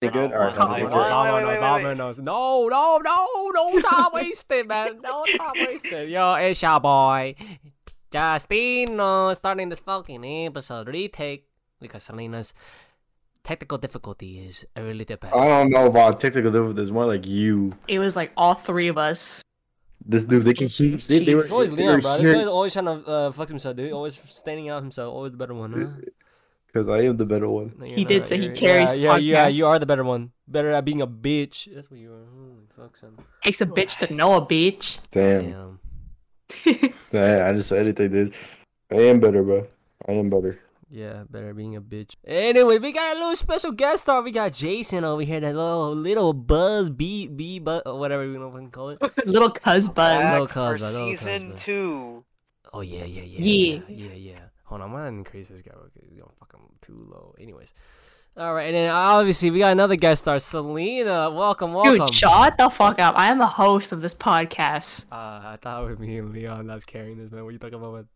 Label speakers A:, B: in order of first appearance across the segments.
A: be good? All right, I'll
B: Tom, wait,
A: be
B: wait,
A: good.
B: wait,
C: Tom,
B: wait,
C: no,
B: wait, wait,
C: Tom,
B: wait.
C: no, no, no, no, no time wasted, man. No time wasted. Yo, it's your boy, Justino, starting this fucking episode retake because Selena's technical difficulty is really bad.
A: I don't know about technical difficulties. More like you.
D: It was like all three of us.
A: This dude, they can hear. They, they were,
C: It's always
A: they were
C: Leon, bro. This guy's
A: hearing
C: always trying to uh, flex himself, dude. Always standing out himself. Always the better one, huh?
A: because I am the better one.
C: No, you're
D: He
C: not,
D: did say he
C: you're-
D: carries
C: Yeah, yeah, yeah,
D: podcasts.
C: you are the better one. Better at being a bitch. That's what you are. Holy fuck, son.
D: Takes a bitch to know a bitch.
A: Damn.
C: Damn.
A: Nah, I just said it. They did. I am better, bro. I am better.
C: Yeah, better being a bitch. Anyway, we got a little special guest star. We got Jason over here, that little little buzz, b b buzz, or whatever you know fucking call it.
D: Little cuz buzz.
C: Wow.
B: Back
C: No
B: for
C: cause, bro, no
B: season
C: cause, bro.
B: two.
C: Oh yeah, yeah, yeah,
D: Yeah.
C: yeah, yeah, yeah. Hold on, I'm gonna increase this guy. Okay, you know, fucking too low. Anyways, all right, and then obviously we got another guest star, Selena. Welcome, welcome.
D: Dude, shut the fuck up. I am the host of this podcast.
C: Uh, I thought it was me and Leon that's carrying this, man. What you talking about? Man?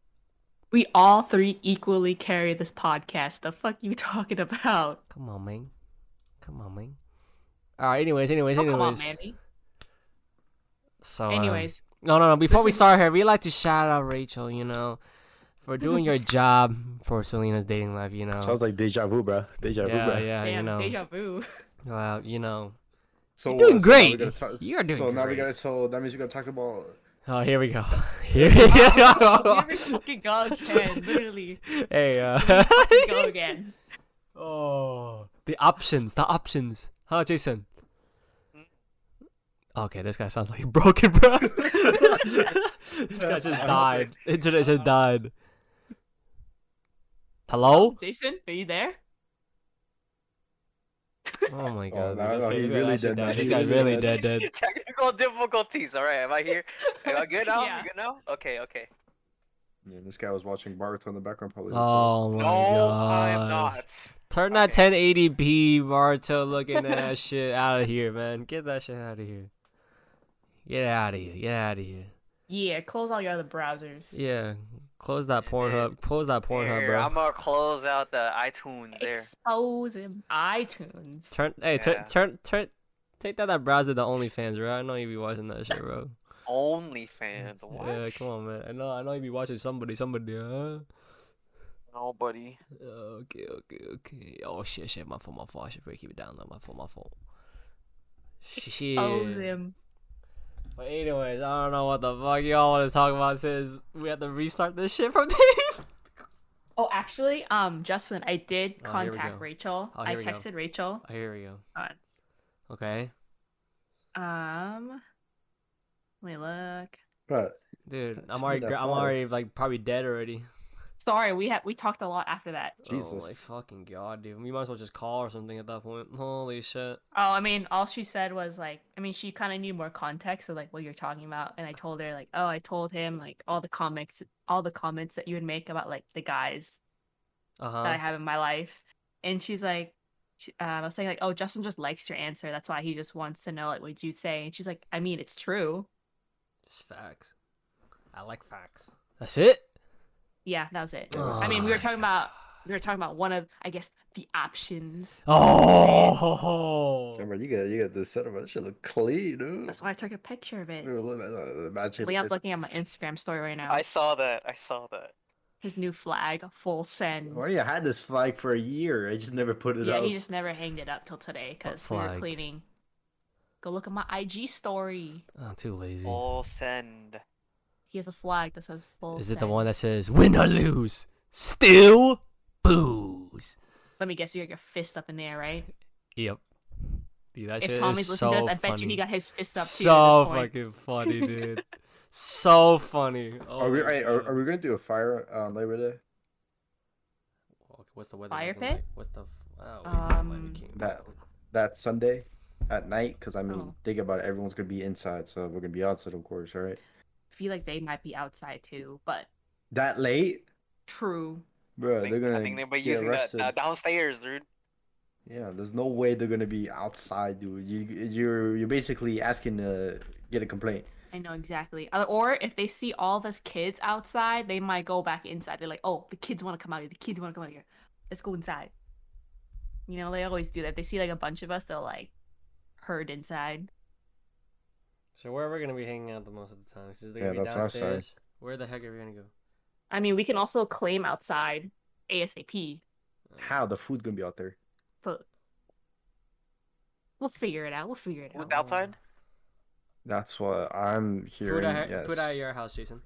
D: We all three equally carry this podcast. The fuck you talking about?
C: Come on, man. Come on, man. All right. Anyways, anyways,
D: Oh,
C: anyways.
D: come on, Manny.
C: So, um,
D: Anyways,
C: no, no, no. Before
D: this
C: we
D: is-
C: start here, we like to shout out Rachel. You know, for doing your job for Selena's dating life. You know.
A: Sounds like deja vu, bro. Deja vu,
C: yeah,
A: bro.
C: yeah.
D: damn,
C: you know.
D: deja vu.
C: Well, you know.
A: So uh, so now
C: You're doing
A: we
C: great.
A: gotta talk-
C: You're doing
A: So now we
C: great.
A: gotta. So that means we gotta talk about.
C: Oh, here we go. Here we go.
D: Here we fucking go again. Literally,
C: hey. Uh...
D: we go again.
C: Oh, the options, the options. Huh, Jason? Okay, this guy sounds like he broke it, bro. this guy just died. Internet just
D: Uh-huh.
C: died. Hello?
D: Jason, are you there?
C: Oh my
A: Oh, no, no,
C: god. this guy-
A: he's
C: this guy
A: really
C: actually
A: dead, man.
C: This
A: He's
C: guy's
A: really
C: really dead,
A: dead.
C: dead.
B: Technical difficulties. All right, am I here? Am I good now?
D: Yeah.
B: You good now? Okay, okay.
A: Yeah, this guy was watching Baruto in the background, probably.
C: Oh my
B: no,
C: god.
B: I am not.
C: Turn that
B: Okay.
C: 1080p Marto looking at shit out of here, man. Get that shit out of here. Get out of here. Get out of here.
D: Yeah, close all your other browsers.
C: Yeah. Close that Pornhub. Close that Pornhub,
B: Here,
C: bro.
B: I'm gonna close out the iTunes there.
D: Expose him. iTunes.
C: Turn hey,
B: Yeah.
C: turn turn turn take that that browser to OnlyFans, bro. I know you be watching that shit, bro.
B: OnlyFans. What?
C: Yeah, come on, man. I know I know you be watching somebody, somebody, huh?
B: Nobody.
C: Okay, okay, okay. Oh shit, shit, my phone, my phone. I should probably keep it down low. My phone, my phone. Shit.
D: Expose him.
C: But anyways, I don't know what the fuck y'all want to talk about since we have to restart this shit from Dave.
D: Oh, actually, um, Justin, I did
C: Oh, here we go.
D: contact Rachel.
C: Oh,
D: I
C: here we go.
D: texted Rachel.
C: Oh, here we go.
D: Alright.
C: Okay,
D: Um, let me look.
A: But
C: dude, I'm
A: Show
C: already,
A: me that
C: gra- I'm
A: photo.
C: already like probably dead already.
D: Sorry, we had we talked a lot after that.
C: Oh
A: Jesus.
C: my fucking god, dude. We might as well just call or something at that point. Holy shit.
D: Oh, I mean, all she said was like, I mean, she kind of needed more context of like what you're talking about, and I told her like, oh, I told him like all the comics, all the comments that you would make about like the guys
C: Uh
D: that I
C: huh.
D: have in my life, and she's like, she, um, I was saying like, oh, Justin just likes your answer, that's why he just wants to know like what you say, and she's like, I mean, it's true.
C: Just facts. I like facts. That's it.
D: Yeah, that was it.
A: Oh
D: I mean, we were
C: my
D: talking about we were talking about one of I guess the options.
C: Oh.
A: Remember, you got you got this setup. That shit look clean, dude.
D: That's why I took a picture of it.
A: Dude, look at that, uh, Imagine.
D: Leon's
A: if-
D: looking at my Instagram story right now.
B: I saw that. I saw that.
D: His new flag, full send.
A: Why do you had this flag for a year? I just never put it
D: Yeah,
A: out.
D: he just never hanged it up till today because we were
C: flag?
D: cleaning. Go look at my IG story.
C: I'm too lazy.
D: Oh.
B: Full send.
D: He has a flag that says full.
C: Is it the
D: send.
C: one that says win or lose, still booze?
D: Let me guess. You got your fist up in the air, right?
C: Yep. Dude, that
D: If
C: shit
D: Tommy's
C: is
D: listening
C: so
D: to this, I bet
C: funny.
D: you he got his fist up. too
C: so
D: at this point.
C: fucking funny, dude. so funny. Oh
A: Are we
C: my
A: are, are,
C: God.
A: are we gonna do a fire on Labor Day?
C: Okay, what's the weather?
D: Fire
C: looking
D: pit?
C: Like? What's the? F- oh, wait, never mind, we
D: Um,
C: can't-
A: That- That Sunday at night? Because I mean,
D: Oh.
A: think about it. Everyone's gonna be inside, so we're gonna be outside, of course. All right.
D: I feel like they might be outside too, but
A: That late,
D: true.
A: bro.
B: I think,
A: they're gonna.
B: I think they'll be
A: get
B: using that,
A: arrested.
B: that downstairs, dude.
A: Yeah, there's no way they're gonna be outside, dude. You you're you're basically asking to get a complaint.
D: I know exactly. Or- Or if they see all of us kids outside, they might go back inside. They're like, "Oh, the kids want to come out here. The kids want to come out here. Let's go inside." You know, they always do that. They see like a bunch of us, they'll like herd inside.
C: So where are we gonna be hanging out the most of the time? Because they're
A: Yeah,
C: gonna be
A: that's outside.
C: downstairs. Where the heck are we gonna go?
D: I mean, we can also claim outside ASAP.
C: Uh,
A: How the food's gonna be out there?
D: But we'll figure it out. We'll figure it
B: Food
D: out.
B: outside?
C: Oh.
A: That's what I'm hearing.
C: Food at,
A: yes.
C: food at your house, Jason.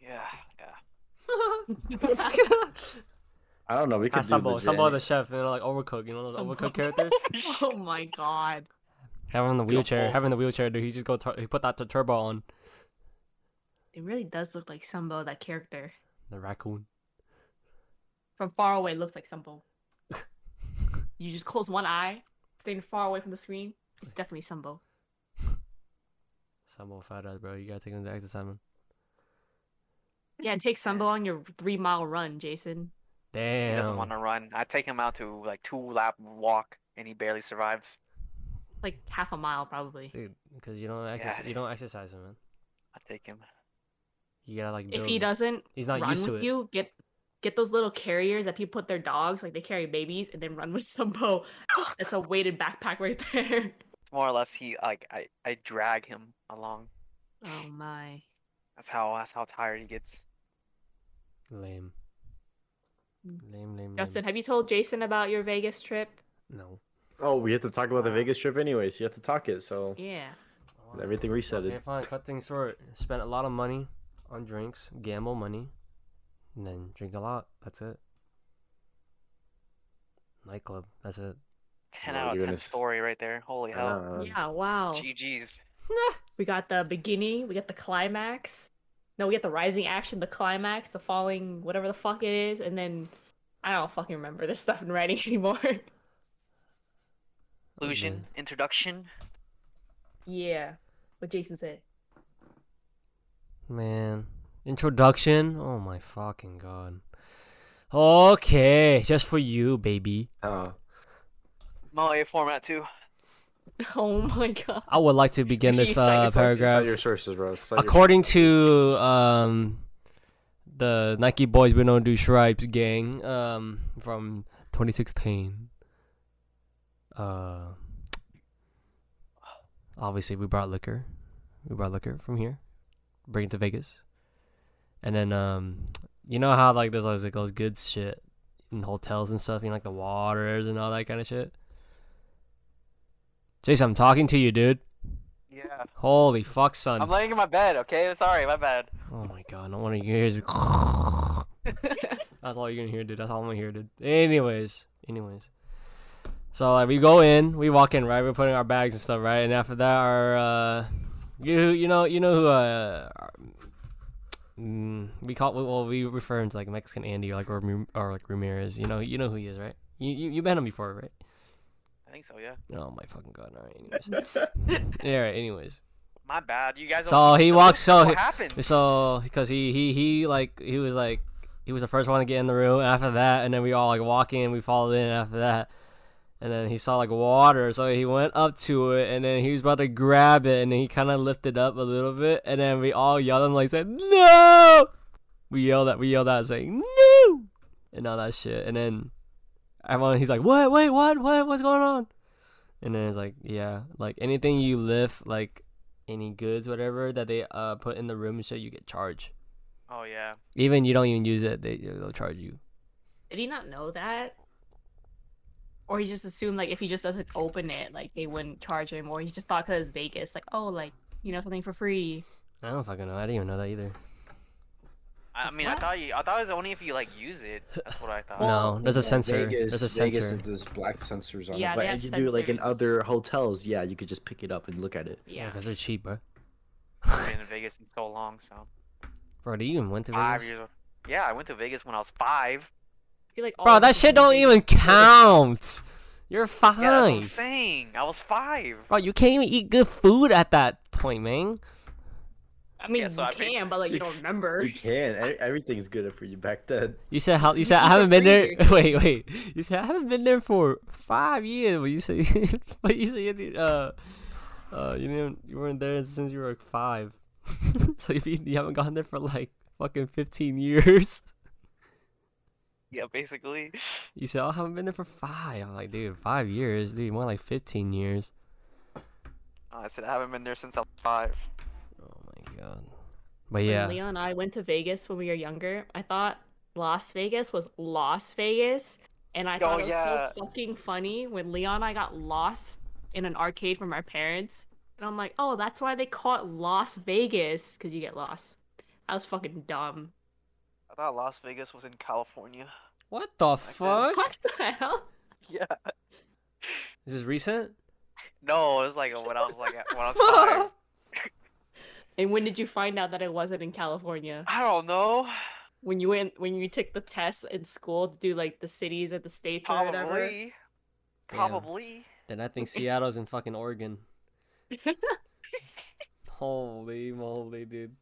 B: Yeah, yeah.
A: I don't know. We could
C: Ah,
A: do
C: Sambo,
A: legit
C: Sambo
A: any-
C: the chef, you know, like Overcooked, you know those
D: Sambo.
C: Overcooked characters.
D: oh my god.
C: Having the
B: Feel
C: wheelchair,
B: full.
C: having the wheelchair, dude. He just go, tur he put that to turbo on
D: It really does look like Sumbo, that character.
C: the raccoon.
D: From far away, it looks like Sumbo. you just close one eye, staying far away from the screen. It's definitely Sumbo.
C: Sambo fat ass, bro. You gotta take him to exercise, man.
D: Yeah, take Sumbo on your three mile run, Jason.
C: Damn.
B: He doesn't want to run. I take him out to like two lap walk, and he barely survives.
D: Like half a mile, probably.
C: Dude, because you don't exercise,
B: Yeah.
C: you don't exercise him, man.
B: I take him.
C: You gotta like. Build
D: If he
C: him.
D: doesn't
C: he's not
D: run
C: used to
D: with
C: it.
D: you, get get those little carriers that people put their dogs, like they carry babies, and then run with Sumbo. That's a weighted backpack right there.
B: More or less, he like I, I drag him along.
D: Oh my.
B: That's how that's how tired he gets.
C: Lame.
D: Mm.
C: Lame, lame,
D: Justin,
C: lame.
D: have you told Jason about your Vegas trip?
C: No.
A: Oh, we have to talk about the Vegas trip anyways. You have to talk it. So
D: Yeah.
C: Wow.
A: everything reset
C: Okay,
A: it.
C: fine. Cut things short. Spent a lot of money on drinks, gamble money, and then drink a lot. That's it. Nightclub. That's it.
B: Ten
C: Oh,
A: Yeah,
B: out of
A: you're
B: ten
A: gonna s-
B: story right there. Holy hell.
A: Um,
D: yeah,
C: Ah.
D: wow.
B: GG's.
C: Mm-hmm.
D: We got the beginning, we got the climax. No, we got the rising action, the climax, the falling, whatever the fuck it is, and then I don't fucking remember this stuff in writing anymore.
B: Illusion. Introduction.
D: yeah. What Jason said.
C: Man. Introduction. Oh my fucking god. Okay, just for you, baby.
A: uh,
B: Malay format too.
D: Oh my god.
C: I would like to begin
D: sure
C: this
D: you cite your
C: uh,
D: sources.
A: cite
C: paragraph.
A: your sources, bro. Cite your-
C: According to um, the Nike Boys We Don't Do Stripes gang um, from 2016, uh, obviously we brought liquor. We brought liquor from here, bring it to Vegas, and then um, you know how like there's always like those good shit in hotels and stuff, you know, like the waters and all that kind of shit. Jason, I'm talking to you, dude.
B: Yeah.
C: Holy fuck, son.
B: I'm laying in my bed. Okay. Sorry. My bad.
C: Oh my god, no wonder you hear is That's all you're gonna hear, dude. That's all I'm gonna hear, dude. Anyways, anyways. So like we go in, we walk in, right? We're putting our bags and stuff, right? And after that, our uh, you you know you know who uh, our- mm, we call well we refer him to like Mexican Andy or like or, Ram- or like Ramirez. You know you know who he is, right? You you you met him before, right?
B: I think so. Yeah.
C: Oh my fucking god! All right, anyways. yeah, all right, anyways.
B: My bad. You guys.
C: So he walks. So he-
B: What happened?
C: so, because he he he like he was like he was the first one to get in the room. After that, and then we all like walk in, we followed in after that, and then he saw like water, so he went up to it, and then he was about to grab it, and then he kind of lifted up a little bit, and then we all yelled at him like said no. We yelled at we yelled out saying no, and all that shit, and then everyone he's like what wait what what what's going on, and then it's like yeah like anything you lift like any goods, whatever that they uh put in the room and shit, you get charged.
B: Oh yeah.
C: Even you don't even use it, they they'll charge you.
D: Did he not know that? Or he just assumed like if he just doesn't open it, like they wouldn't charge him, or he just thought because it's Vegas, like, oh like, you know, something for free.
C: I don't fucking know. I didn't even know that either.
B: I I mean, I
D: What?
B: thought you. I thought it was only if you like use it. That's what I thought.
C: no, there's a
A: Yeah,
C: sensor.
A: Vegas,
C: there's a
A: Vegas
C: sensor.
A: is- there's black sensors on
D: Yeah,
A: it.
D: they
A: But
D: have
A: as you do like in
D: sensors.
A: other hotels, yeah, you could just pick it up and look at it.
C: Yeah,
D: Yeah.
C: because they're cheap, bro.
B: I've been in Vegas in so long. So
C: Bro, do you even went to
B: five
C: Vegas?
B: years. old. Yeah, I went to Vegas when I was five.
D: I feel like all
C: Bro,
D: of
C: that
D: us
C: shit
D: in
C: don't
D: Vegas-
C: even count. You're
B: Yeah, that's what I'm
C: five.
B: saying. I was five.
C: Bro, you can't even eat good food at that point, man.
D: I mean
B: Yeah, so
D: you
B: I paid-
D: can, but like you don't remember.
A: You can. e- Everything's good for you back then.
C: You said how you
D: You
C: said I
D: eat it
C: haven't been there.
D: free.
C: Wait, wait. You said I haven't been there for five years. But you said, but you said you didn't, uh, uh, you didn't, you weren't there since you were like five. so if you, you haven't gone there for like fucking fifteen years.
B: yeah, basically.
C: You said, oh, I haven't been there for five. I'm like, dude, five years, dude, more like 15 years.
B: Uh, I said I haven't been there since I was five.
C: Oh my god. But
D: When
C: yeah,
D: Leon and I went to Vegas when we were younger, I thought Las Vegas was Las Vegas. And I thought
B: Oh,
D: it was
B: yeah.
D: so fucking funny when Leon and I got lost in an arcade from our parents. And I'm like, oh, that's why they call it Las Vegas, because you get lost. I was fucking dumb.
B: I thought Las Vegas was in California.
C: what the fuck?
D: What the hell?
B: Yeah.
C: Is this recent?
B: No, it was like when I was like when I was five.
D: And when did you find out that it wasn't in California?
B: I don't know.
D: When you went, when you took the tests in school to do like the cities or the states or whatever?
B: Probably.
C: Damn.
B: Probably.
C: Then I think Seattle's in fucking Oregon. Holy moly, dude.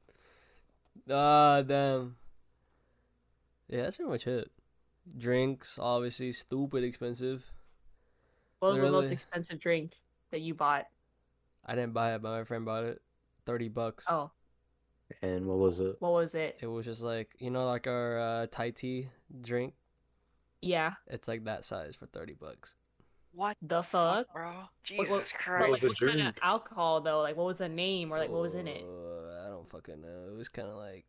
C: Ah, damn. Yeah, that's pretty much it. Drinks, obviously, stupid expensive.
D: What was the most
C: Literally.
D: expensive drink that you bought?
C: I didn't buy it, but my friend bought it. 30 bucks.
D: Oh,
A: And what was it?
D: what was it?
C: It was just like, you know, like our uh, Thai tea drink.
D: Yeah.
C: It's like that size for 30 bucks.
B: What
D: The fuck?
B: bro?
D: what-
B: Jesus
A: What
D: But, like,
A: was the
B: Christ.
D: what kind of
A: drink?
D: alcohol though? Like, what was the name or like what was in it?
C: Uh, I don't fucking know. It was kind of like.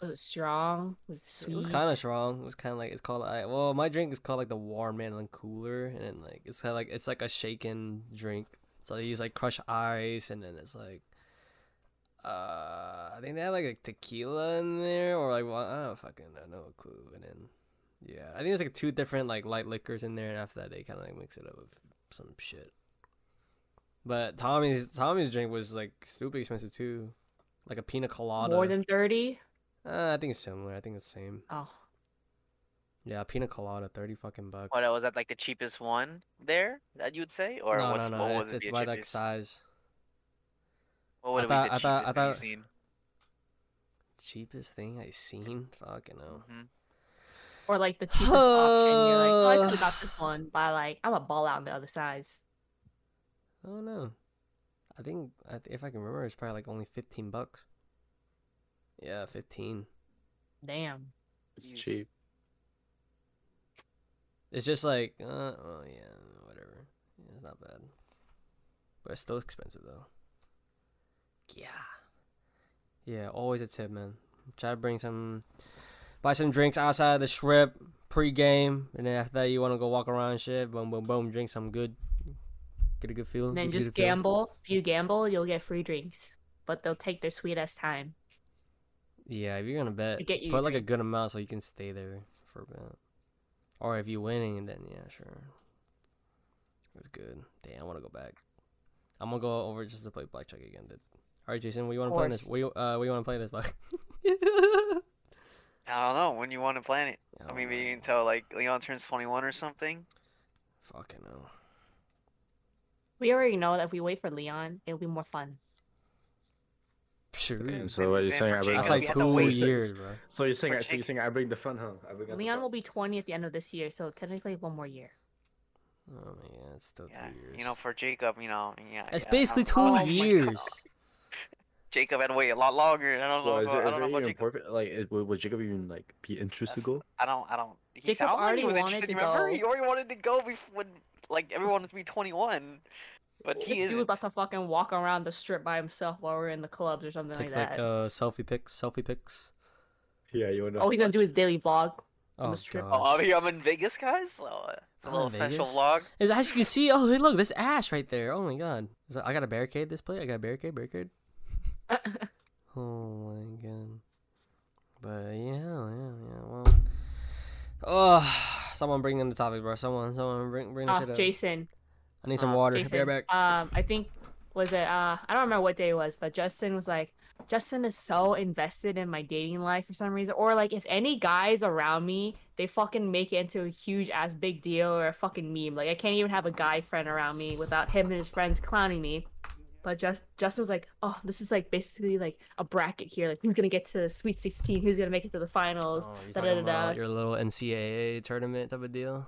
D: Was it strong? Was it sweet?
C: It was kind of strong. It was kind of like it's called. I, well, my drink is called like the warm man and cooler, and then, like it's kind of like it's like a shaken drink. So they use like crushed ice, and then it's like, uh, I think they had like, a tequila in there, or like well, I don't fucking I know a clue. And then yeah, I think there's like two different like light liquors in there, and after that they kind of like mix it up with some shit. But Tommy's Tommy's drink was like stupid expensive too, like a pina colada.
D: More than thirty?
C: uh, I think it's similar. I think it's same.
D: Oh,
C: Yeah, pina colada, thirty fucking bucks.
B: What was that like the cheapest one there that you would say, or
C: no,
B: what's
C: no,
B: what
C: no,
B: would
C: it's,
B: it
C: it's
B: be the
C: by like
B: cheapest?
C: size.
B: What would
C: I
B: it be
C: thought- I
B: the cheapest
C: thought- I
B: that
C: thought-
B: you've seen?
C: Cheapest thing I seen? Fucking no.
B: Mhm.
D: or like the cheapest option. You're like, oh, I could have got this one, but like I'm a ball out on the other size.
C: Oh no. I think I th- if I can remember, it's probably like only fifteen bucks. Yeah, fifteen.
D: Damn.
A: It's
B: Jeez.
A: cheap.
C: It's just like, uh, oh yeah, whatever. Yeah, it's not bad, but it's still expensive though. Yeah, yeah. Always a tip, man. Try to bring some, buy some drinks outside of the strip pre-game, and then after that you want to go walk around and shit. Boom, boom, boom. Drink some good. Get a good feel.
D: And then
C: get a
D: just
C: good feel.
D: gamble. If you gamble, you'll get free drinks, but they'll take their sweet ass time.
C: Yeah, if you're gonna bet,
D: get you your
C: put like a good amount so you can stay there for a bit. Or if you're winning, then yeah, sure. That's good. Damn, I want to go back. I'm gonna go over just to play blackjack again. Dude. All right, Jason, what you want to play in this?
D: Course.
C: We uh, we want to play this, but
B: I don't know when you want to plan it.
C: Oh,
B: I mean, maybe until like Leon turns 21 or something.
C: fucking no.
D: We already know that if we wait for Leon, it'll be more fun.
C: Sure.
A: Damn, Mm, so what you're
B: Then
A: saying?
B: for
A: I bring
B: Jacob,
C: That's
A: the
B: we
C: like
B: have to
C: two
B: wait.
C: years, bro.
A: So you're saying?
B: For
A: So you're
B: Jacob.
A: saying I bring the fun, huh? I bring out the
D: Leon
A: fun.
D: will be 20 at the end of this year, so technically one more year.
C: Oh my god, it's still
B: Yeah,
C: two years.
B: you know, for Jacob, you know, yeah.
C: it's
B: yeah, I
C: basically
B: don't
C: two
B: know. Oh my
C: years.
B: God. Jacob had to wait a lot longer. and I don't know.
A: Well, is
B: about-
A: there,
B: I
A: is
B: don't know
A: there
B: about
A: even
B: Jacob.
A: important? Like, is, would, would Jacob even like be interested to
B: That's-
A: go?
B: I don't. I don't. He
D: Jacob
B: sounded like
D: already
B: he was
D: wanted
B: interested.
D: to
B: remember,
D: go.
B: he already wanted to go before, when like everyone wanted to be 21, but
D: This
B: he
D: dude
B: isn't.
D: about to fucking walk around the strip by himself while we're in the clubs or something
C: Take
D: like that.
C: like uh, selfie pics, selfie pics.
A: Yeah, you wanna.
D: Oh, he's gonna do his daily vlog. On
C: Oh
D: the strip
C: god.
B: Oh, I'm here. I'm in Vegas, guys. So, uh, it's a
C: I'm
B: little
C: in
B: special
C: Vegas.
B: vlog.
C: Is as you can see, oh hey, look, this ash right there. Oh my god, Is that, I got a barricade this play. I got a barricade, barricade. Oh my god. But yeah, yeah, yeah. Well, oh, someone bring in the topic, bro. Someone, someone bring bring this
D: Ah,
C: shit up.
D: Jason.
C: I need some
D: uh,
C: water. Be
D: Jason,
C: right back.
D: Um, I think was it. Uh, I don't remember what day it was, but Justin was like, Justin is so invested in my dating life for some reason, or like if any guys around me, they fucking make it into a huge ass big deal or a fucking meme. Like I can't even have a guy friend around me without him and his friends clowning me. But just Justin was like, "Oh, this is like basically like a bracket here. Like who's gonna get to the Sweet 16? Who's gonna make it to the finals?
C: Oh, you're
D: da,
C: talking
D: da, da,
C: about
D: da.
C: your little NCAA tournament type of deal.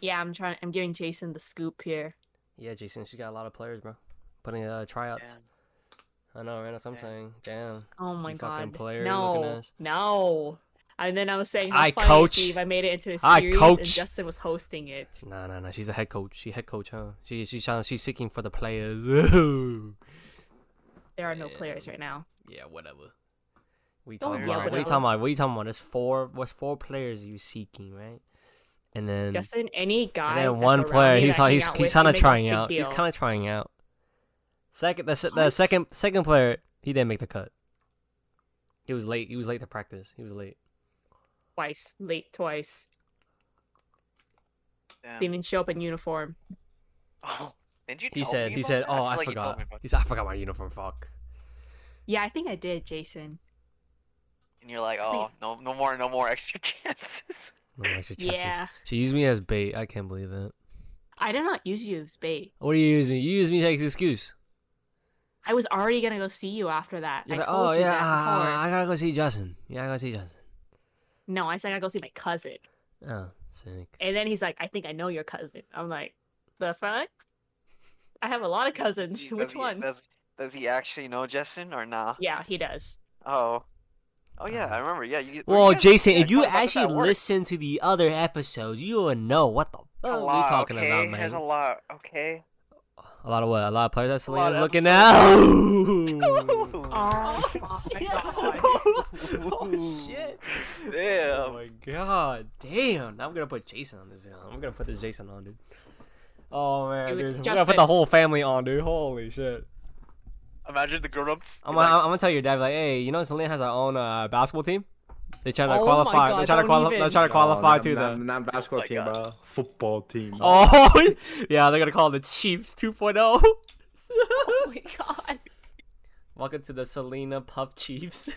D: Yeah, I'm trying. I'm giving Jason the scoop here.
C: Yeah, Jason, she's got a lot of players, bro. Putting uh, tryouts.
B: Yeah.
C: I know, right? That's what I'm saying. Damn.
D: Oh my
C: You fucking
D: god.
C: player looking
D: no.
C: ass.
D: No. And then I was saying,
C: I
D: I
C: coach.
D: coach. Steve, I made it into a
C: I
D: series, and
C: coach.
D: Justin was hosting it.
C: No, no, no. She's a head coach. She head coach, huh? She she's trying, she's seeking for the players.
D: There are no
C: Yeah.
D: players right now.
C: yeah, whatever. We
D: Don't
C: talking
B: yell
C: about
B: it
C: what you
B: out.
C: talking about? What you talking about? There's four. What's four players you seeking, right? And then
D: Justin, any guy.
C: and then
D: that's
C: one
D: around
C: player.
D: me
C: He's
D: that I hang
C: he's
D: out
C: he's
D: with,
C: kind
D: I
C: of
D: make a
C: trying
D: big
C: out. He's
D: deal.
C: kind of trying out. Second, the se- the
D: What?
C: second second player, he didn't make the cut. He was late. He was late to practice. He was late.
D: twice, late twice.
B: Damn.
D: Didn't even show up in uniform.
B: Oh, didn't you
C: He
B: tell
C: said.
B: me
C: He
B: about
C: said.
B: that?
C: Oh, I,
B: feel like you told
C: forgot.
B: me about
C: He said. I forgot my uniform. Fuck.
D: Yeah, I think I did, Jason.
B: And you're like, oh, no, no more, no more extra chances.
C: No extra chances.
D: Yeah.
C: She used me as bait. I can't believe that.
D: I did not use you, Spade.
C: What do you use me? You use me as an excuse.
D: I was already gonna go see you after that.
C: You're
D: I
C: like,
D: told
C: oh
D: you
C: yeah,
D: that
C: uh,
D: before.
C: I gotta go see Justin. Yeah, I gotta see Justin.
D: No, I said I gotta go see my cousin,
C: Oh, sick.
D: and then he's like, "I think I know your cousin." I'm like, "The fuck? I have a lot of cousins.
B: Does he-
D: Which one?"
B: Does, does he actually know Justin or nah?
D: Yeah, he does.
B: Oh. Oh yeah,
C: Doesn't.
B: I remember. Yeah, you. were you
C: Well,
B: guys-
C: Jason,
B: yeah, I
C: if you
B: talked about this at
C: actually
B: work.
C: listen to the other episodes, you would know what the
B: It's
C: fuck
D: Oh,
B: a
C: we
B: lot,
C: talking
B: okay?
C: about, man.
B: There's a lot, okay.
C: A lot of what? A lot of players that
B: lot
C: Selena's
B: of
C: looking out.
D: Oh,
C: Oh, shit. Oh
B: Damn.
C: my god, damn! I'm gonna put Jason on this. I'm gonna put this Jason on, dude. Oh man, dude,
D: Dude,
C: I'm gonna put the
D: Justin.
C: whole family on, dude. Holy shit!
B: Imagine the grown-ups.
C: I'm,
B: like,
C: gonna, I'm gonna tell your dad, like, hey, you know, Selena has her own uh, basketball team. They trying to
D: Oh my
C: qualify.
D: God,
C: they trying to
D: don't
C: qualify. They
D: even.
B: Oh,
C: trying to qualify
A: no,
C: to
A: not,
C: the.
A: Not basketball
B: my
A: team,
C: uh,
B: God.
A: bro. Football team.
C: Oh, yeah, they're gonna call it the Chiefs 2.0.
D: oh my god,
C: Welcome to the Selena Puff Chiefs.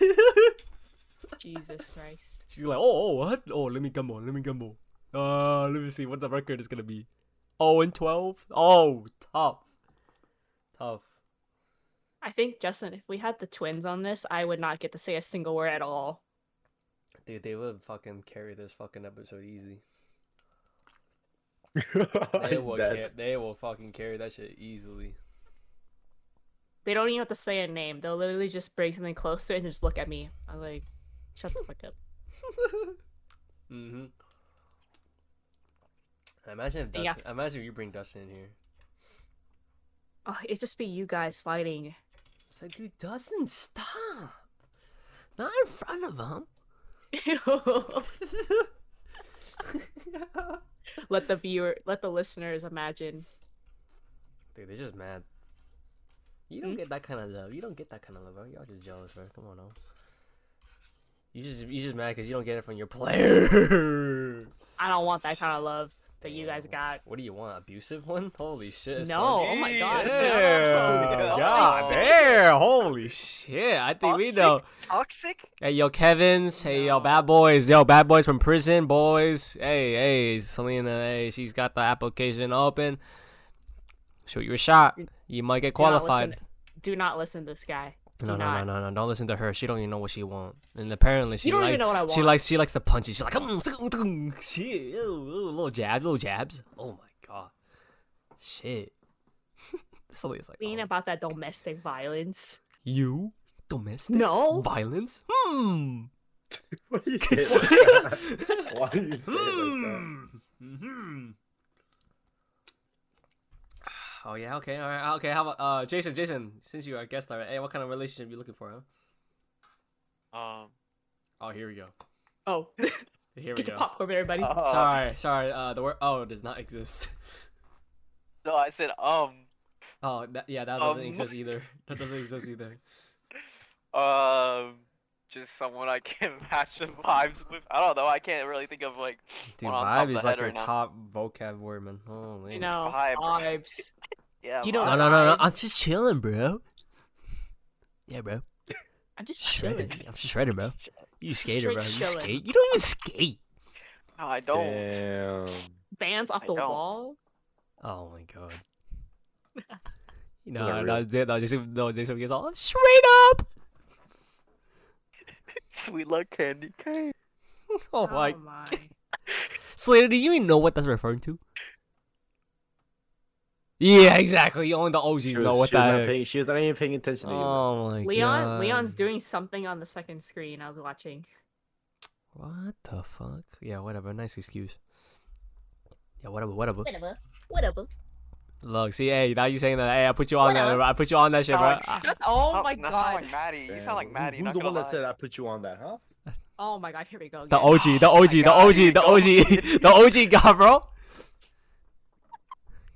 D: Jesus Christ!
C: She's like, oh, oh, what? Oh, let me gamble, let me gamble. Uh, let me see what the record is gonna be. Oh, and twelve. Oh, tough, tough.
D: I think Justin, if we had the twins on this, I would not get to say a single word at all.
C: Dude, they would fucking carry this fucking episode easy. They will.
A: That-
C: Ca- they will fucking carry that shit easily.
D: They don't even have to say a name. They'll literally just bring something closer and just look at me. I'm like, shut the fuck up.
C: mm-hmm. Imagine if
D: Yeah.
C: Dustin. Imagine if you bring Dustin in here.
D: Oh, it'd just be you guys fighting.
C: It's like, dude, Dustin, stop! Not in front of him.
D: let the viewer, let the listeners imagine.
C: Dude, they're just mad. You
D: Hmm?
C: don't get that kind of love. You don't get that kind of love, bro. Y'all just jealous, bro. Come on, now. You just you just mad because you don't get it from your player.
D: I don't want that kind of love that you guys
C: Damn.
D: got.
C: What do you want? Abusive one? Holy shit!
D: No,
C: son.
D: oh my god. no.
C: Yeah,
B: Oh,
C: God
B: no.
C: damn! Holy shit! I think we
B: Toxic?
C: know.
B: Toxic?
C: Hey, yo, Kevin's. Hey, yo,
D: No.
C: bad boys. Yo, bad boys from prison, boys. Hey, hey, Selena. Hey, she's got the application open. Shoot your shot. You might get
D: Do not
C: qualified.
D: listen- Do not listen to this guy.
C: No,
D: Do
C: no, no,
D: not.
C: no, no! Don't listen to her. She don't even know what she wants, and apparently she
D: You don't
C: like
D: even know what I
C: she
D: want.
C: likes she likes the punches. She's like, mm, tung, tung, shit, ew, ew, little jabs, little jabs. Oh my god, shit. Selena's like,
D: Being
C: oh,
D: about that domestic violence.
C: you domestic
D: No.
C: violence? Hmm.
A: Why do you say it like that? Why do you say it like that?
C: Mm-hmm. Oh yeah, okay, all right, okay. How about uh, Jason? Jason, since you are a guest star, hey, what kind of relationship you looking for? Huh?
B: Um.
C: Oh, here we go.
D: Oh,
C: Here we
D: get your Oh.
C: go. Oh,
D: popcorn, everybody.
B: uh,
C: Sorry, sorry. Uh, the word oh does not exist.
B: No, I said um.
C: Oh, that, yeah, that doesn't
B: Um.
C: exist either. That doesn't exist either.
B: Um. Just someone I can match the vibes with. I don't know. I can't really think of like
C: Dude,
B: One on top
C: vibe
B: of
C: is
B: the
C: like
B: head
C: your
B: right now.
C: top vocab word, man. Holy.
D: you know,
B: Vibe, bro.
D: vibes.
B: yeah.
D: You don't-
C: No,
B: vibes.
C: no, no, no. I'm
D: vibes.
C: just chilling, bro. Yeah, bro.
D: I'm just
C: Shredding.
D: chilling.
C: I'm just shredding, bro. You skater,
D: Straight
C: bro. You
D: chilling.
C: skate. You don't even skate.
B: No, I don't.
A: Damn.
D: Bands off
B: I
D: the
B: don't.
D: wall.
C: Oh my god.
A: Those
C: No,
A: are
C: no,
A: real.
C: Jason- no, Jason, no, Jason gets all straight up.
B: Sweet luck candy cane.
C: Oh my.
D: my.
C: Slater, do you even know what that's referring to? Yeah, exactly. Only the OGs
A: She was,
C: know what
A: she, was
C: that
A: not
C: is.
A: paying, she was not even paying attention to you.
C: Oh my god.
D: Leon, Leon's doing something on the second screen. I was watching.
C: What the fuck? Yeah, whatever. Nice excuse. Yeah, whatever, whatever.
D: Whatever. Whatever.
C: Look, see, hey, now you saying that? Hey, I put you on that.
D: Whatever.
C: I put you on that shit,
B: Sound
C: bro.
B: like
C: I-
D: Shut- oh
B: Sound-
D: my
B: no, sound like
D: god.
B: Maddie. You sound like
A: Who-
B: Maddie.
A: Who's
B: not
A: the
B: gonna
A: one that
B: lie.
A: said I put you on that, huh?
D: Oh my god, here we go. Again.
C: The OG, the OG, the
B: God,
C: OG, the
B: go
C: OG, the OG guy, bro.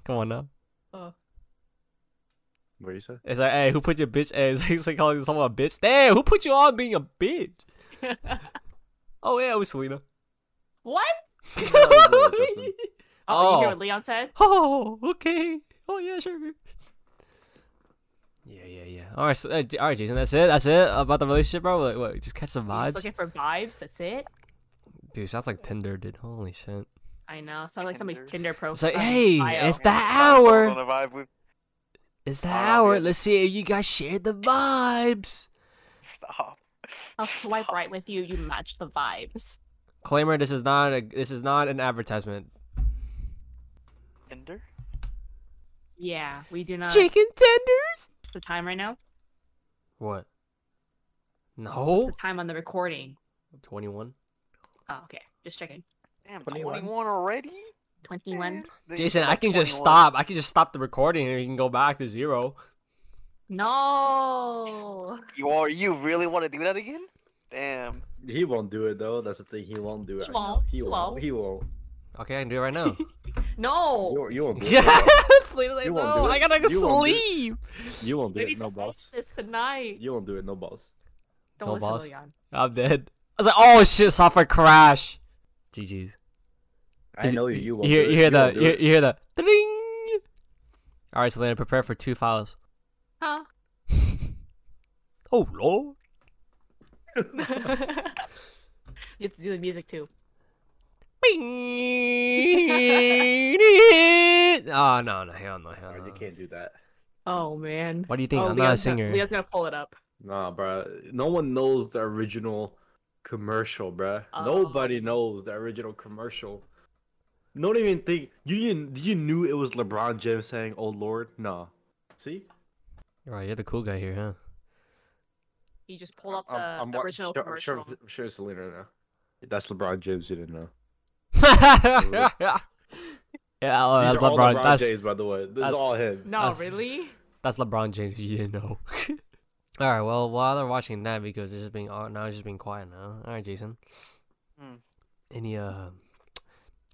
C: Come on now.
D: Oh.
A: What you said?
C: It's like, hey, who put your bitch? Hey, it's like, it's like calling someone a bitch. Damn, who put you on being a bitch? Oh yeah, it was Selena.
D: what?
A: was, uh, Justin.
D: Oh, you
C: Oh.
D: hear what Leon said?
C: oh, okay. Oh yeah, sure. Yeah, yeah, yeah. All right, so, uh, all right, Jason. That's it. That's it about the relationship, bro. Like, what? Just catch the
D: You're
C: vibes,
D: Just looking for vibes. That's it.
C: dude. Sounds like Tinder, dude. Holy shit.
D: I know. Sounds like somebody's Tinder
B: Tinder.
D: profile.
C: It's like, hey,
D: bio.
C: it's
B: Yeah,
C: that
B: sounds like
C: hour.
B: on the vibe with-
C: It's the
B: Oh,
C: hour.
B: man.
C: Let's see if you guys shared the vibes.
B: Stop.
D: I'll swipe
B: Stop.
D: right with you. You match the vibes.
C: Claimer, this is not a this is not an advertisement.
B: Tinder?
D: Yeah, we do not.
C: Chicken tenders.
D: The time right now.
C: What? No.
D: The time on the recording.
C: Twenty one.
D: Oh, okay. Just checking.
B: Damn,
A: 21.
B: 21 already?
D: Twenty-one.
B: Dude, they
C: Jason,
B: said
C: I can just
B: 21.
C: stop. I can just stop the recording and you can go back to zero.
D: No.
B: You are you really want to do that again? Damn.
A: He won't do it though. That's the thing. He won't do it.
D: He
A: I know.
D: won't.
A: He
D: He
A: won't.
D: won't.
A: He won't.
C: Okay, I can do it right now.
D: No.
B: Oh.
A: You, you won't do it.
C: yes. Lena's like,
A: You won't
C: no,
A: do
C: I
A: it.
C: gotta go
A: You won't do it.
C: sleep.
A: You won't do
D: We
A: it.
D: need
A: No
D: to finish
A: boss.
D: This tonight.
A: You won't do it. No boss.
D: Don't
C: No
D: listen
C: boss.
D: to Leon.
C: I'm dead. I was like, oh shit, software crash. GG's.
A: I know you. You won't.
C: You
A: do
C: hear,
A: it.
C: you hear the
A: won't do
C: you,
A: it.
C: you hear the ding. All right, Selena, prepare for two files.
D: Huh?
C: Oh lord.
D: you have to do the music too.
C: oh no no hell no hell
A: Alright,
C: no.
A: you can't do that.
D: Oh man.
C: What do you think?
D: Oh,
C: I'm not a
D: Leon's gonna-
C: singer.
D: Leon's gonna pull it up.
A: Nah, bruh. No one knows the original commercial, bruh.
D: Oh.
A: Nobody knows the original commercial. Don't even think you didn't. You knew it was LeBron James saying, "Oh Lord," nah. See,
C: Right, you're the cool guy here, huh?
D: He just pulled up the
A: I'm, I'm wa-
D: original
A: sure, I'm
D: commercial.
A: sure, I'm sure it's Selena now. That's LeBron James. You didn't know.
C: yeah, oh,
A: These
C: that's
A: are all
C: LeBron.
A: LeBron
C: That's
A: James, by the way. This
C: that's-
A: is all him.
D: No,
C: That's-
D: really?
C: that's LeBron James. You didn't know. All right. Well, while they're watching that, because it's just being oh, now it's just being quiet now. All right, Jason.
B: Hmm.
C: Any uh,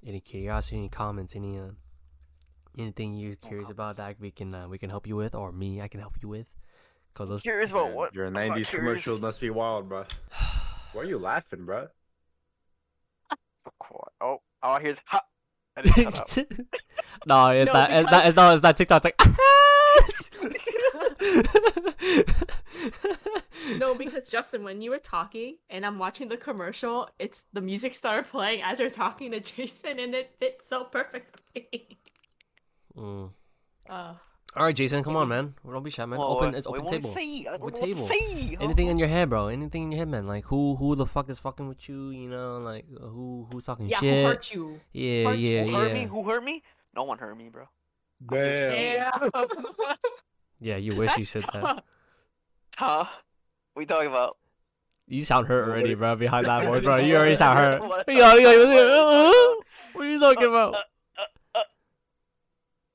C: any curiosity, any comments, any uh, anything you're curious about that we can uh, we can help you with, or me, I can help you with. Cause those
B: Curious about
A: Man,
B: what?
A: Your
B: I'm not
A: 90s
B: curious.
A: commercial must be wild, bruh. Why are you laughing, bruh?
B: Qu- Oh, oh, here's ha. I didn't shut up.
C: no, it's that, it's
D: No,
C: that,
D: because-
C: it's not, it's that TikTok. It's like,
D: No, because Justin, when you were talking and I'm watching the commercial, it's the music started playing as you're talking to Jason, and it fits so perfectly.
C: Mm.
D: uh,
C: All right, Jason, come on, man. Don't be shy, man.
B: Well,
C: open,
B: uh,
C: it's
B: we
C: open
B: won't
C: table.
B: see, I
C: Open
B: won't
C: table.
B: see, huh?
C: Anything in your head, bro. Anything in your head, man. Like who, who the fuck is fucking with you? You know, like who, who's talking
D: yeah,
C: shit?
D: who hurt you?
C: Yeah,
D: hurt you?
C: yeah,
B: Who hurt me?
C: yeah.
B: Who hurt me? No one hurt me, bro.
C: Yeah, you wish you
D: That's
C: said that.
D: tough.
B: Huh? What you talking about?
C: You sound hurt
A: Well,
C: already,
A: what-
C: bro. Behind that voice,
A: what-
C: bro. You already sound hurt.
B: what- Uh,
C: Yeah, yeah,
B: what-
C: yeah.
B: what-
C: What are you talking about?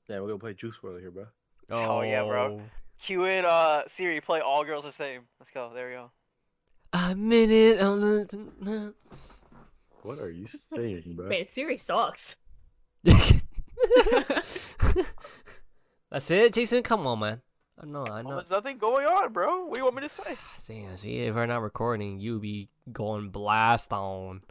A: Yeah, we're gonna play Juice World here, bruh.
B: Oh, yeah, bro.
C: Oh.
B: Cue in uh Siri, play all girls are same. Let's go. There we go.
C: A minute on the.
A: What are you saying, bruh?
D: Wait, Siri sucks.
C: That's it, Jason. Come on, man. I know, I
B: Well,
C: know.
B: Oh, there's nothing going on, bro. What do you want me to say?
C: Damn, see, if we're not recording, you be going blast on.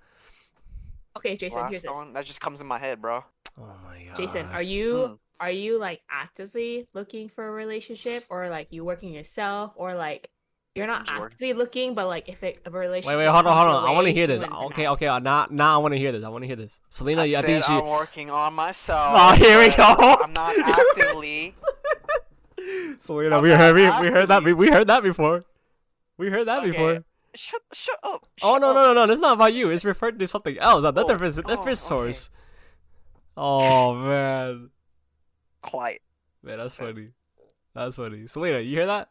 D: Okay, Jason, here's
B: Last
D: this.
B: one? That just comes in my head, bro.
C: Oh my god.
D: Jason, are you
B: hmm.
D: are you like actively looking for a relationship, or like you working yourself, or like you're not
B: Just work.
D: actively looking, but like if it a relationship.
C: Wait, wait, hold on, hold
D: comes
C: on.
D: your
C: I want to
D: way,
C: hear
D: you
C: this.
D: into
C: Okay,
D: that.
C: okay. uh, Now, now I want to hear this. I want to hear this. Selena,
B: I,
C: I,
B: said
C: think she.
B: I'm working on myself.
C: Oh, here we
B: but
C: go.
B: I'm not actively.
C: Selena,
B: I'm
C: we
B: not
C: heard, we, we heard that.
B: happy.
C: We, we heard that before. We heard that
B: Okay,
C: before.
B: shut, shut up.
C: Oh
B: shut
C: no,
B: up.
C: no, no, no! That's not about you. It's referred to something else. Another
B: Oh,
C: different,
B: oh, okay.
C: different source. Oh man,
B: Quiet.
C: man, that's funny. That's funny. Selena, you hear that?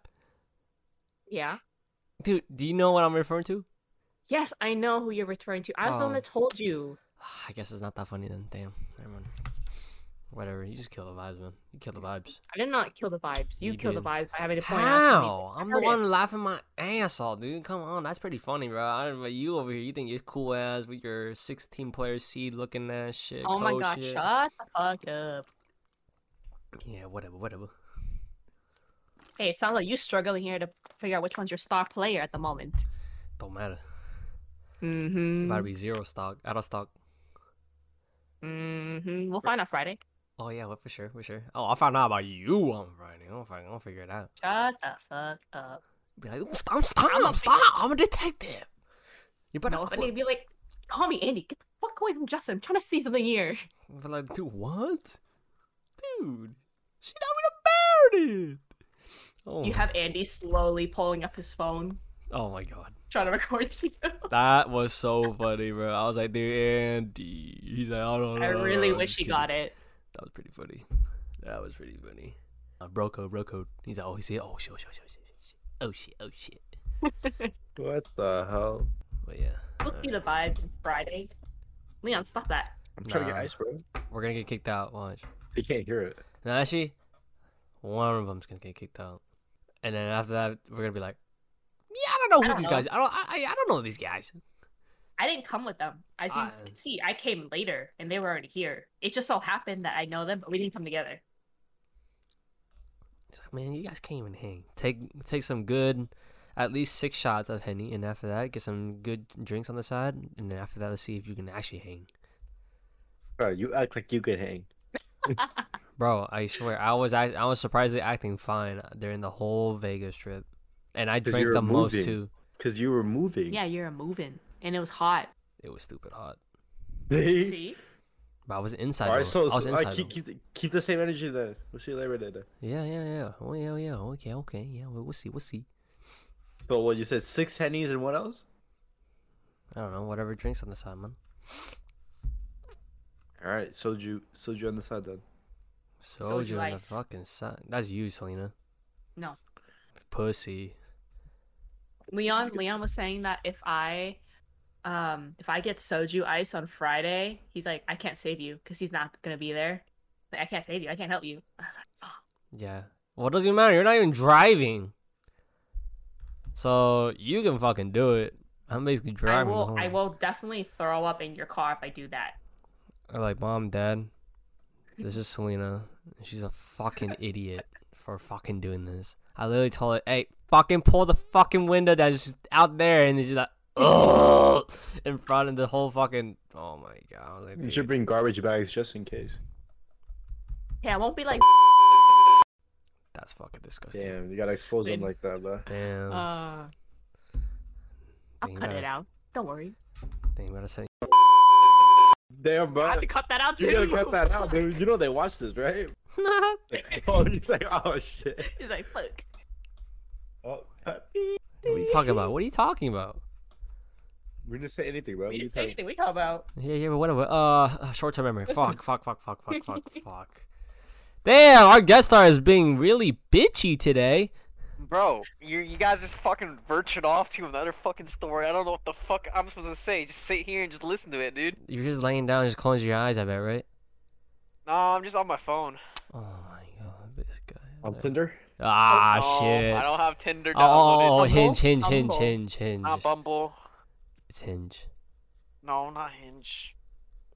D: Yeah.
C: Dude, do you know what I'm referring to?
D: Yes, I know who you're referring to. I was the one
C: Oh.
D: that told you.
C: I guess it's not that funny then. Damn. Never mind. Whatever. You just kill the vibes, man. You kill the vibes.
D: I did not kill the vibes. You,
C: You
D: killed
C: did.
D: the vibes by having to point out. something.
C: How? I'm the
D: heard it.
C: one laughing my ass off, dude. Come on, that's pretty funny, bro. I, but you over here, you think you're cool ass with your 16 player seed looking ass shit.
D: Oh my
C: cold
D: god,
C: shit.
D: shut the fuck up.
C: Yeah, whatever, whatever.
D: Hey, it sounds like you struggling here to figure out which one's your star player at the moment.
C: Don't matter.
D: Mm-hmm.
C: About to be zero stock, out of stock.
D: Mm-hmm. We'll find out Friday.
C: Oh yeah, well, for sure, for sure. Oh, I found out about you on Friday. I'll fucking, I'll figure it out.
D: Shut the fuck up.
C: Be like, "Oops, stop, stop,
D: I'm a
C: I'm
D: big-
C: stop! I'm a detective. You better
D: No,
C: quit.
D: if they'd be like, homie, Andy, get the fuck away from Justin. I'm trying to see something here.
C: I'd be like, dude, what? Dude, she told me about it. Oh,
D: You
C: my-
D: have Andy slowly pulling up his phone,
C: oh my god,
D: trying to record you.
C: that was so funny, bro. I was like, dude, Andy. He's like, I don't know.
D: I really wish he got it.
C: That was pretty funny. That was pretty funny. Uh, bro code, bro code. He's like, oh, he's here. Oh shit, oh shit, oh shit, oh shit, oh shit, oh shit.
A: What the hell?
C: But yeah.
D: We'll see
C: Uh.
D: the vibes on Friday. Leon, stop that.
A: I'm trying to
C: Nah.
A: get ice, bro.
C: We're gonna get kicked out. Watch.
A: They can't hear it.
C: No, actually, one of them's gonna get kicked out, and then after that, we're gonna be like, yeah, I don't know who
D: I
C: these
D: don't know.
C: guys. I don't. I, I- I don't know these guys.
D: I didn't come with them. As you
C: I-
D: can see, I came later and they were already here. It just so happened that I know them, but we didn't come together.
C: It's like, man, you guys can't even hang. Take take some good, at least six shots of henny, and after that, get some good drinks on the side, and then after that, let's see if you can actually hang.
A: Bro, you act like you could hang.
C: Bro, I swear, I was act- I was surprisingly acting fine during the whole Vegas trip, and I
A: 'Cause
C: drank
A: you're
C: the most
A: moving.
C: too.
A: Cause you were moving.
D: Yeah, you're a moving. And it was hot.
C: It was stupid hot,
A: See?
D: See?
C: but I was inside.
A: All right,
C: though.
A: so,
C: I was
A: so
C: inside.
A: I keep,
C: though.
A: keep the- keep the same energy then. We'll see you later, then.
C: Yeah, yeah, yeah. Oh, yeah, yeah. Okay, okay. Yeah, we- we'll see. We'll see.
A: So what you said? Six hennies and what else?
C: I don't know. Whatever drinks on the side, man.
A: All right, soju, soju on the side then.
C: Soju,
D: Soju
C: on the
D: ice.
C: fucking side. That's you, Selena.
D: No.
C: Pussy.
D: Leon Leon was saying that if I um if I get soju ice on Friday, he's like, I can't save you because he's not gonna be there. Like, I can't save you, I can't help you. I was like, fuck.
C: Yeah. Well, does not matter? You're not even driving. So you can fucking do it. I'm basically
D: I
C: driving.
D: will
C: home.
D: I will definitely throw up in your car if I do that.
C: I'm like, mom, dad, this is Selena. and She's a fucking idiot for fucking doing this. I literally told her, hey, fucking pull the fucking window that's out there, and she's like, ugh, in front of the whole fucking. Oh my god! I was like,
A: You
C: "Dude."
A: should bring garbage bags just in case.
D: Yeah, I won't be like
C: That's fucking disgusting. Damn.
A: Damn, you gotta expose them
D: Then-
A: like that, bro.
D: uh I'll
C: Think
D: cut
C: about
D: it
C: it.
D: out. Don't worry.
C: Think about it, say-
A: Damn,
D: I
A: bro.
D: have to cut that out too.
A: Uh, You gotta cut that out, dude. You know they watch this, right? Like, oh, you like, oh shit.
D: He's like, fuck.
A: Oh, cut.
C: What are you talking about? What are you talking about?
A: We didn't say anything, bro.
D: We
A: We
D: didn't
A: just
D: say
A: had-
D: anything. We talk about
C: Yeah, yeah, but whatever. Uh, short term memory. Fuck, fuck, fuck, fuck, fuck, fuck, fuck. Damn, our guest star is being really bitchy today.
B: Bro, you you guys just fucking virtued off to another fucking story. I don't know what the fuck I'm supposed to say. Just sit here and just listen to it, dude.
C: You're just laying down, just closing your eyes. I bet, right?
B: No, I'm just on my phone.
C: Oh my god, this guy.
A: on Tinder.
C: Ah
B: No,
C: shit.
B: Oh, I don't have Tinder
C: oh, oh, oh,
B: downloaded.
C: hinge, hinge, hinge,
D: Bumble?
C: hinge, hinge.
B: Not Bumble.
C: It's hinge.
B: No, not Hinge.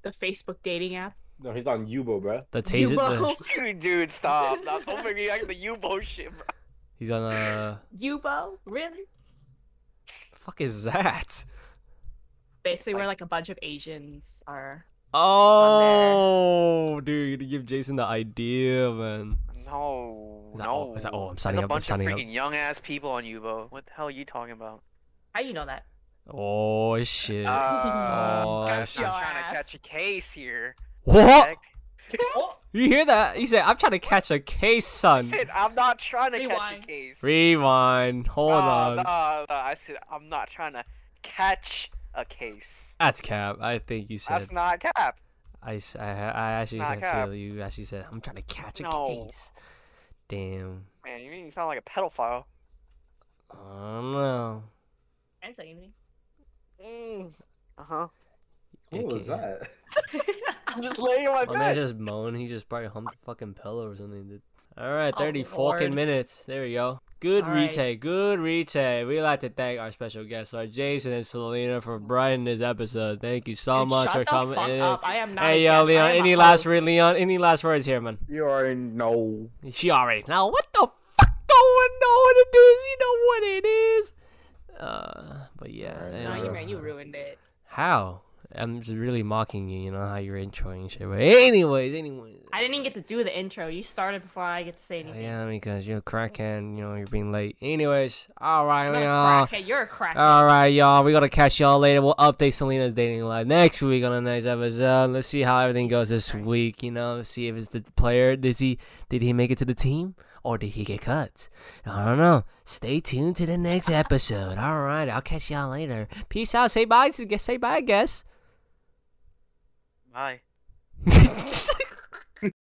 D: the Facebook dating app.
A: No, he's on Yubo, bro.
C: The taser. The,
D: Yubo.
B: Dude, dude, stop. No, don't bring me back to the U-boat shit, bro.
C: he's on uh.
D: Yubo? Really?
C: Fuck is that?
D: Basically, where like a bunch of Asians are.
C: Oh, dude, you're gonna give Jason the idea, man.
B: No,
C: Is that,
B: no.
C: oh, is that, oh, I'm
B: There's
C: signing
B: a
C: up. I'm
B: bunch of
C: signing up.
B: freaking young ass people on Yubo. What the hell are you talking about?
D: How you know that?
C: Oh shit.
B: Uh,
C: Oh,
B: I'm
C: shit.
B: trying to
D: Your
B: catch a case here.
C: what?
B: Heck.
D: Oh,
C: You hear that? He said, "I'm trying to catch a case,
B: I
C: son."
B: said I'm not trying to catch
D: Rewind.
B: a case.
C: Rewind. Hold
B: Nah,
C: on.
B: nah, nah, I said I'm not trying to catch a case.
C: That's cap. I think you said.
B: That's not cap.
C: I, s- I, ha- I actually
B: not
C: can
B: cap.
C: feel you. Actually said, "I'm trying to catch a
B: No.
C: case." Damn.
B: Man, you you sound like a pedophile.
C: I don't know.
D: I didn't say anything.
B: Uh huh.
E: What was
C: Dickhead.
E: that?
B: I'm just laying
D: Oh,
B: on my
C: My man
B: bed.
C: just moaned. He just probably humped a fucking pillow or something. dude. All right,
D: Oh,
C: 30
D: Lord.
C: fucking minutes. There we go. Good
D: All right.
C: retake. Good retake. We'd like to thank our special guests, our Jason and Selena, for brightening this episode. Thank you so
D: Dude,
C: much
D: shut
C: for
D: the
C: coming
D: fuck
C: in.
D: up. I am not. a
C: Hey, yo,
D: guest. I
C: Leon.
D: am a
C: Any last, word,
D: host.
C: Leon? Any last words here, man?
A: You already know.
C: She already. Now, what the fuck going on? It is. You know what it is. Uh, but yeah.
A: Alright,
C: you
D: No, you
C: know.
D: man, you ruined it.
C: How? I'm just really mocking you, you know, how you're introing shit. But anyways, anyways.
D: I didn't even get to do the intro. You started before I get to say anything.
C: Oh, Yeah, because you're a crackhead, you know, you're being late. Anyways, all right,
D: You're a
C: y'all.
D: crackhead. You're a crackhead.
C: All right, y'all. We're going to catch y'all later. We'll update Selena's dating life next week on the next episode. Let's see how everything goes this week, you know, see if it's the player. Did he, did he make it to the team? Or did he get cut? I don't know. Stay tuned to the next episode. All right, I'll catch y'all later. Peace out. Say bye to guess. Say bye, I guess.
B: Bye.